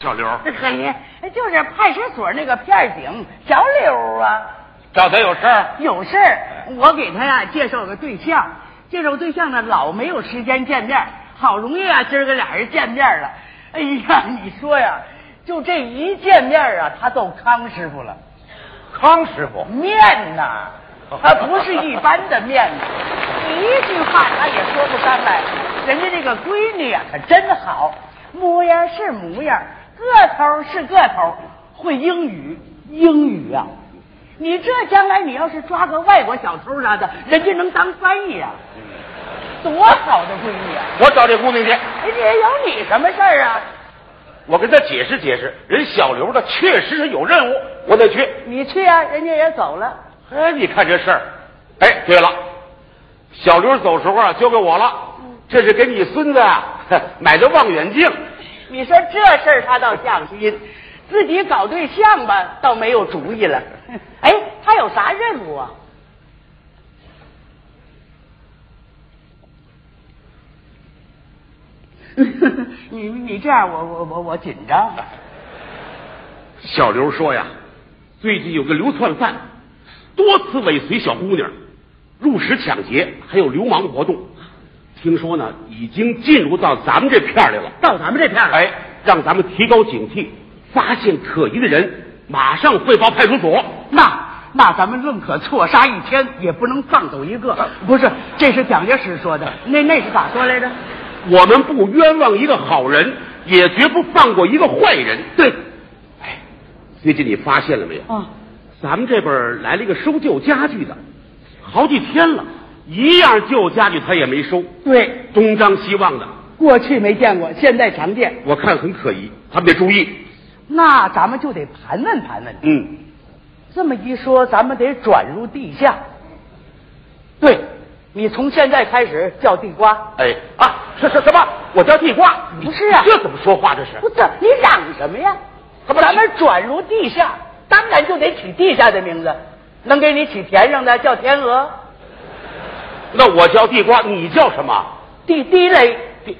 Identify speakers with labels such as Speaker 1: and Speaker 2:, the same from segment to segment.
Speaker 1: 小刘，
Speaker 2: 嘿，哎就是派出所那个片警小柳啊，
Speaker 1: 找他有事儿？
Speaker 2: 有事儿我给他呀、介绍个对象，介绍对象呢老没有时间见面，好容易啊今儿个俩人见面了，哎呀，你说呀，就这一见面啊，他揍康师傅了，
Speaker 1: 康师傅，
Speaker 2: 面呐，他不是一般的面子，一句话他也说不上来，人家这个闺女啊呀、可真好，模样是模样，个头是个头，会英语，英语啊。你这将来你要是抓个外国小偷啥的，人家能当翻译啊，多好的闺女啊！
Speaker 1: 我找这姑娘去，
Speaker 2: 人家有你什么事儿啊？
Speaker 1: 我跟他解释解释，人小刘的确实是有任务，我得去。
Speaker 2: 你去啊，人家也走了。
Speaker 1: 哎，你看这事儿，哎，对了，小刘走时候啊，交给我了，这是给你孙子啊呵买的望远镜。
Speaker 2: 你说这事儿他倒像心，自己搞对象吧，倒没有主意了。哎，他有啥任务 啊？你你这样我，我我我紧张。啊
Speaker 1: 小刘说呀，最近有个流窜犯多次尾随小姑娘，入室抢劫，还有流氓活动。听说呢，已经进入到咱们这片儿来了。
Speaker 2: 到咱们这片儿来，
Speaker 1: 哎，让咱们提高警惕，发现可疑的人马上汇报派出所。
Speaker 2: 那那咱们宁可错杀一千，也不能放走一个。呃不是，这是蒋介石说的，那那是咋说来着？
Speaker 1: 我们不冤枉一个好人，也绝不放过一个坏人。对，哎，最近你发现了没有？
Speaker 2: 啊，
Speaker 1: 咱们这边儿来了一个收旧家具的，好几天了，一样旧家具他也没收，
Speaker 2: 对，
Speaker 1: 东张西望的，
Speaker 2: 过去没见过，现在常见。
Speaker 1: 我看很可疑，咱们得注意。
Speaker 2: 那咱们就得盘问盘问。
Speaker 1: 嗯，
Speaker 2: 这么一说，咱们得转入地下。对，你从现在开始叫地瓜。
Speaker 1: 哎啊，什什什么？我叫地瓜？
Speaker 2: 不是啊
Speaker 1: 这怎么说话？这是
Speaker 2: 不是你嚷什么呀？
Speaker 1: 怎么
Speaker 2: 咱们转入地下，当然就得取地下的名字。能给你起田上的叫天鹅，
Speaker 1: 那我叫地瓜，你叫什么？
Speaker 2: 地地雷。
Speaker 1: 地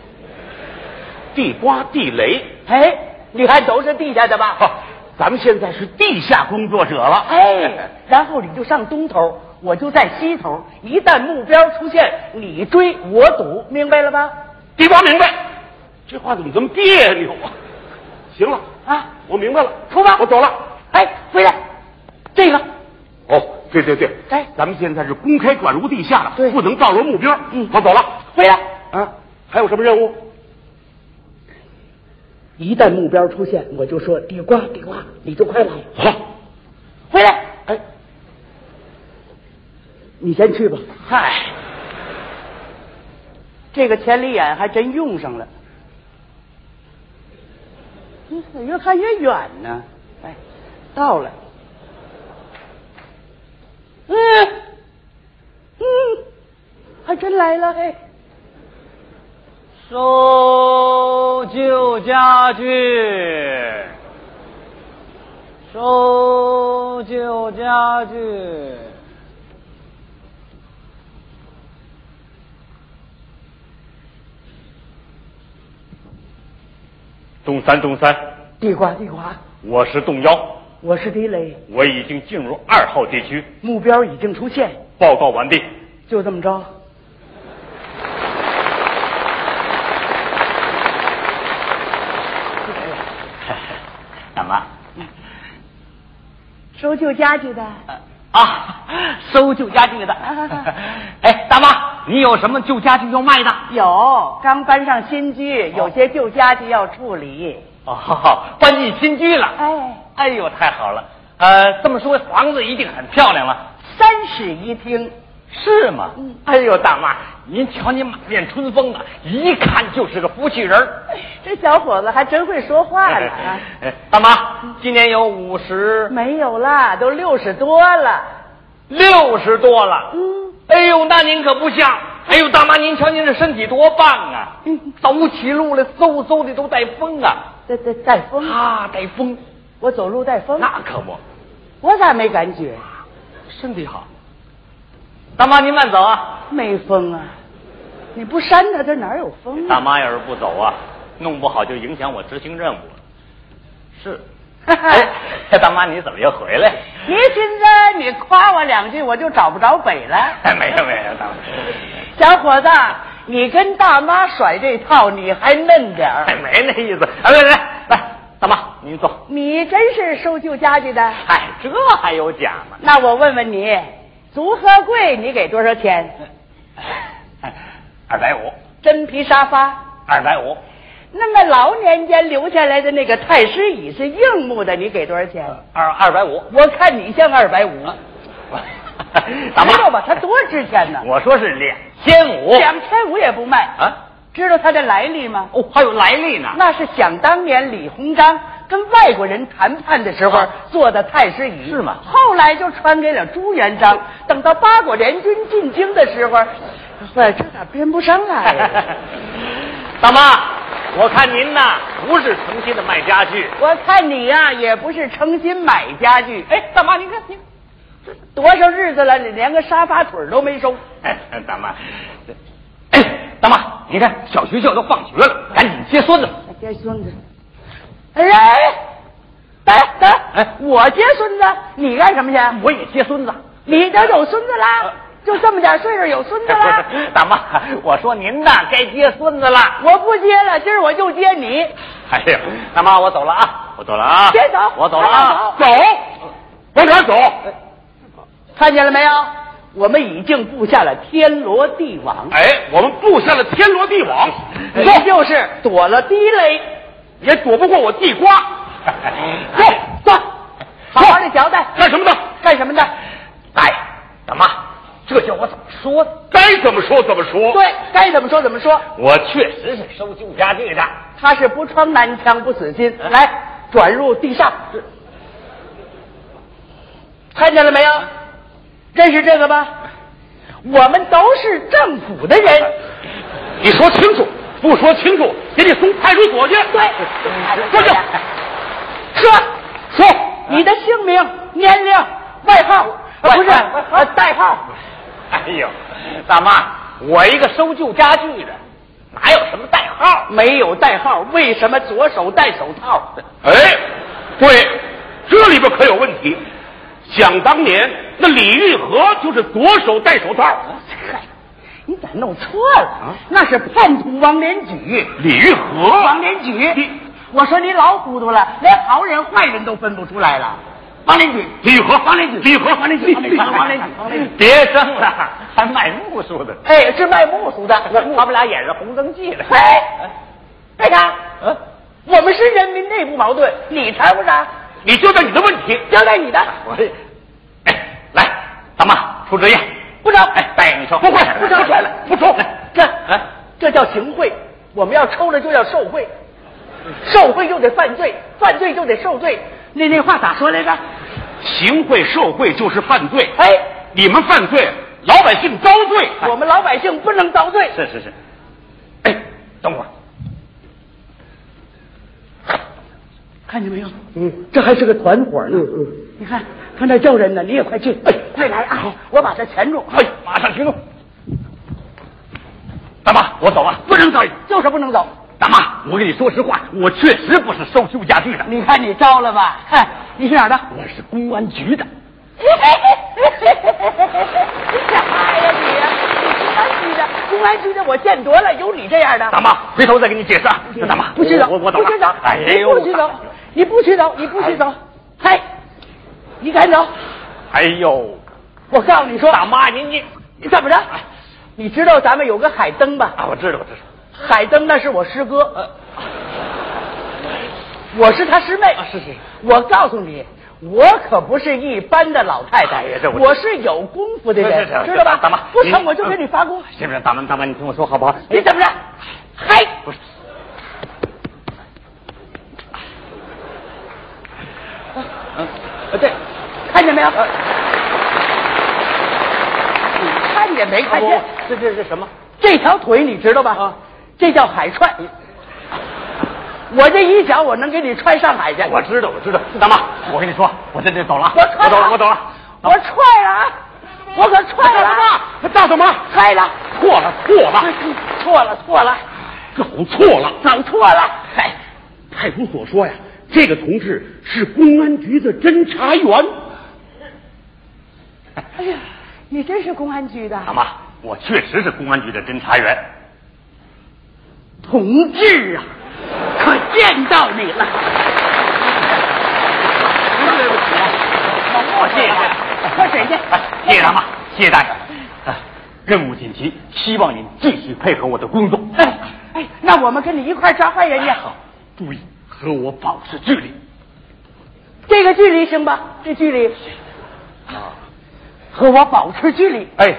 Speaker 1: 地瓜地雷。
Speaker 2: 哎，你看都是地下的吧？
Speaker 1: 啊，咱们现在是地下工作者了。
Speaker 2: 哎，然后你就上东头，我就在西头。一旦目标出现，你追我堵，明白了吧？
Speaker 1: 地瓜明白。这话怎么这么别扭啊？行了，
Speaker 2: 啊，
Speaker 1: 我明白了，
Speaker 2: 出发
Speaker 1: 我走了。
Speaker 2: 哎，回来，这个
Speaker 1: 哦，对对对，
Speaker 2: 哎
Speaker 1: 咱们现在是公开转入地下了，
Speaker 2: 对
Speaker 1: 不能暴露目标。
Speaker 2: 嗯
Speaker 1: 我走了。
Speaker 2: 回来。
Speaker 1: 啊，还有什么任务？
Speaker 2: 一旦目标出现，我就说地瓜地瓜，你就快来，
Speaker 1: 好，
Speaker 2: 回来。
Speaker 1: 哎，
Speaker 2: 你先去吧。
Speaker 1: 嗨，
Speaker 2: 这个千里眼还真用上了，嗯越看越远呢。哎，到了。嗯嗯，还真来了嘿。
Speaker 3: 收旧家具，收旧家具。
Speaker 4: 东三，东三，
Speaker 2: 地瓜地瓜，
Speaker 4: 我是洞幺，
Speaker 2: 我是地雷，
Speaker 4: 我已经进入二号地区，
Speaker 2: 目标已经出现，
Speaker 4: 报告完毕。
Speaker 2: 就这么着。
Speaker 3: 怎么？
Speaker 2: 收旧家具的，
Speaker 3: 啊， 收旧家具的。 哎，大妈，你有什么旧家具要卖的？
Speaker 2: 有，刚搬上新居，有些旧家具要处理。
Speaker 3: 哦，搬进新居了。
Speaker 2: 哎，
Speaker 3: 哎呦，太好了。呃，这么说房子一定很漂亮了，
Speaker 2: 三室一厅，
Speaker 3: 是吗？
Speaker 2: 嗯
Speaker 3: 哎呦，大妈，您瞧您满面春风的，一看就是个福气人儿。
Speaker 2: 这小伙子还真会说话呢啊！
Speaker 3: 哎大妈，今年有五十
Speaker 2: 没有啦，都六十多了。
Speaker 3: 六十多了。
Speaker 2: 嗯，
Speaker 3: 哎呦，那您可不像。哎呦，大妈，您瞧您这身体多棒啊
Speaker 2: 嗯！
Speaker 3: 走起路来嗖嗖的都带风啊，
Speaker 2: 带带带风，
Speaker 3: 啊，带风，
Speaker 2: 我走路带风，
Speaker 3: 那可不，
Speaker 2: 我咋没感觉？
Speaker 3: 身体好。大妈，您慢走啊！
Speaker 2: 没风啊！你不扇他，他哪有风
Speaker 4: 大
Speaker 2: 啊？
Speaker 4: 妈要是不走啊，弄不好就影响我执行任务了。
Speaker 1: 是。哎，大妈，你怎么又回来？
Speaker 2: 别寻思你夸我两句，我就找不着北了。
Speaker 1: 哎， 没有没有，大妈。
Speaker 2: 小伙子，你跟大妈甩这套，你还嫩点儿
Speaker 1: 哎，。没那意思。哎，来来来，大妈您坐。
Speaker 2: 你真是收旧家具的。
Speaker 1: 哎，这还有假吗？
Speaker 2: 那我问问你，足和柜你给多少钱？
Speaker 3: 哎
Speaker 1: 二百五，
Speaker 2: 真皮沙发。
Speaker 1: 二百五，
Speaker 2: 那么老年间留下来的那个太师椅是硬木的，你给多少钱？
Speaker 1: 二二百五。
Speaker 2: 我看你像二百
Speaker 1: 呃
Speaker 2: 五。
Speaker 1: 大
Speaker 2: 知道
Speaker 1: 妈，
Speaker 2: 吧？它多值钱呢，
Speaker 1: 我说是两千五
Speaker 2: 两千五也不卖。
Speaker 1: 啊！
Speaker 2: 知道它的来历吗？
Speaker 1: 哦，还有来历呢。
Speaker 2: 那是想当年李鸿章跟外国人谈判的时候
Speaker 1: 啊
Speaker 2: 做的太师椅，
Speaker 1: 是吗
Speaker 2: 后来就传给了朱元璋。等到八国联军进京的时候，我哎这咋编不上来呀？
Speaker 1: 大妈，我看您呐不是诚心的卖家具。
Speaker 2: 我看你呀、也不是诚心买家具，
Speaker 1: 哎，大妈，您看您，
Speaker 2: 多少日子了，你连个沙发腿儿都没收。
Speaker 1: 哎大妈，哎，大妈，你看小学校都放学了，赶紧接孙子。
Speaker 2: 接孙子，哎哎哎哎嗯
Speaker 1: 哎，
Speaker 2: 我接孙子，你干什么去？
Speaker 1: 我也接孙子。
Speaker 2: 你都有孙子啦
Speaker 1: 呃，
Speaker 2: 就这么点岁数有孙子 啦
Speaker 1: 不。 是，大妈，我说您呐该接孙子了。
Speaker 2: 我不接了，今儿我就接你。
Speaker 1: 哎呀，大妈，我走了啊，我走了啊
Speaker 2: 别走
Speaker 1: 我走了啊，
Speaker 2: 走哎
Speaker 5: 往哪儿走？
Speaker 2: 看见了没有？我们已经布下了天罗地网，
Speaker 5: 哎，我们布下了天罗地网，
Speaker 1: 哎
Speaker 2: 你
Speaker 5: 走
Speaker 2: 就是躲了地雷，
Speaker 5: 也躲不过我地 瓜。
Speaker 1: 哎
Speaker 2: 走走，好好的交代
Speaker 5: 干什么的？
Speaker 2: 干什么的？
Speaker 1: 哎，大妈，这叫我怎么说呢？
Speaker 5: 该怎么说怎么说。
Speaker 2: 对，该怎么说怎么说。
Speaker 1: 我确实是收旧家具的。
Speaker 2: 他是不穿南墙不死
Speaker 1: 哎
Speaker 2: 心，来转入地上，看见了没有？认识这个吧？我们都是政府的人，
Speaker 5: 你说清楚，不说清楚，给你送派出所去。
Speaker 2: 对，
Speaker 5: 说去，
Speaker 2: 说
Speaker 5: 说，
Speaker 2: 嗯你的姓名、年龄、外号，呃、不是呃代号，
Speaker 1: 哎呦，大妈，我一个收旧家具的，哪有什么代号？
Speaker 2: 没有代号，为什么左手戴手套？
Speaker 5: 哎，对，这里边可有问题。想当年，那李玉和就是左手戴手套，
Speaker 2: 嗨，啊你咋弄错了？那是叛徒王连举。
Speaker 5: 李玉和
Speaker 2: 王连举
Speaker 5: 你，
Speaker 2: 我说哦你老糊涂了，连好人坏人都分不出来了。王连举，
Speaker 5: 李玉和，王连举，李玉和，王连举，
Speaker 2: 王连举王连举王连举
Speaker 1: 别争了，还卖木梳的。
Speaker 2: 哎，是卖木薯的。
Speaker 1: 他们俩也是红灯记的。
Speaker 2: 哎，那个，
Speaker 1: 嗯，
Speaker 2: 我们是人民内部矛盾，你掺和啥？
Speaker 5: 你交代你的问题。
Speaker 2: 交代你的，
Speaker 1: 我这，哎，来，大妈出主意，
Speaker 2: 不成
Speaker 1: 哎，大爷你说，
Speaker 5: 不会
Speaker 2: 不成
Speaker 1: 来来，
Speaker 5: 不中，
Speaker 2: 这
Speaker 1: 哎
Speaker 2: 这叫行贿，我们要抽了就要受贿，受贿就得犯罪，犯罪就得受罪。那那话咋说来着？
Speaker 5: 行贿受贿就是犯罪，
Speaker 2: 哎，
Speaker 5: 你们犯罪，老百姓遭罪。
Speaker 1: 哎
Speaker 2: 我们老百姓不能遭罪。
Speaker 1: 是是是，哎，等会儿，
Speaker 2: 看见没有？嗯，这还是个团伙呢。嗯嗯，你看他那叫人呢，你也快去，哎，快来啊！好，我把他钳住。
Speaker 1: 哎，马上行动。大妈，我走了，
Speaker 5: 不能走。
Speaker 2: 就是不能走。
Speaker 1: 大妈，我跟你说实话，我确实不是收旧家具的，
Speaker 2: 你看你招了吧？看你是哪儿的？
Speaker 1: 我是公安局的。
Speaker 2: 哎呀你呀，公安局的，公安局的我见多了，有你这样的。
Speaker 1: 大妈，回头再给你解释啊。大妈，
Speaker 2: 不许走，
Speaker 1: 我我我走
Speaker 2: 不许走
Speaker 1: 了。，哎呦，
Speaker 2: 你不许走，你不许走，你不许走。嘿，你敢走？
Speaker 1: 哎呦，
Speaker 2: 我告诉你说，
Speaker 1: 大妈，您您
Speaker 2: 你怎么着？你知道咱们有个海灯吧？
Speaker 1: 啊，我呃知道，我知道。
Speaker 2: 海灯那是我师哥，我是他师妹。
Speaker 1: 啊是是是
Speaker 2: 我告诉你，我可不是一般的老太太，
Speaker 1: 哎呀这我
Speaker 2: 我是有功夫的人
Speaker 1: 是是，是
Speaker 2: 知道吧？
Speaker 1: 大妈，
Speaker 2: 不成
Speaker 1: 您
Speaker 2: 我就给你发功。
Speaker 1: 行不行？大妈，大妈，你听我说好不好？
Speaker 2: 你怎么着？嗨，
Speaker 1: 不是，啊，对，
Speaker 2: 看见没有？
Speaker 1: 啊
Speaker 2: 你看见没看见？
Speaker 1: 这这哎是什么？
Speaker 2: 这条腿你知道吧？
Speaker 1: 啊
Speaker 2: 这叫海踹。我这一脚，我能给你踹上海去。
Speaker 1: 我知道，我知道。大妈，我跟你说，我这这走了啊，
Speaker 2: 我踹
Speaker 1: 我走了，我
Speaker 2: 了
Speaker 1: 走了。
Speaker 2: 我踹了啊，我可踹了啊，
Speaker 5: 大大妈，
Speaker 2: 踹了，
Speaker 5: 错了错了，
Speaker 2: 哎错了错了，
Speaker 5: 走错了。
Speaker 2: 走错了。哎
Speaker 5: 派出所说呀，
Speaker 6: 这个同志是公安局的侦查员。
Speaker 2: 哎呀，你真是公安局的
Speaker 1: 大妈，我确实是公安局的侦查员。
Speaker 2: 同志啊，可见到你了。
Speaker 6: 对不起
Speaker 2: 我
Speaker 1: 谢谢
Speaker 2: 喝水去。
Speaker 1: 谢谢大妈，谢谢大家。啊任务紧急，希望您继续配合我的工作。
Speaker 2: 哎哎，那我们跟你一块儿抓坏人去。
Speaker 1: 好，注意和我保持距离。
Speaker 2: 这个距离行吧？这距离，
Speaker 1: 啊，
Speaker 2: 和我保持距离。
Speaker 1: 哎，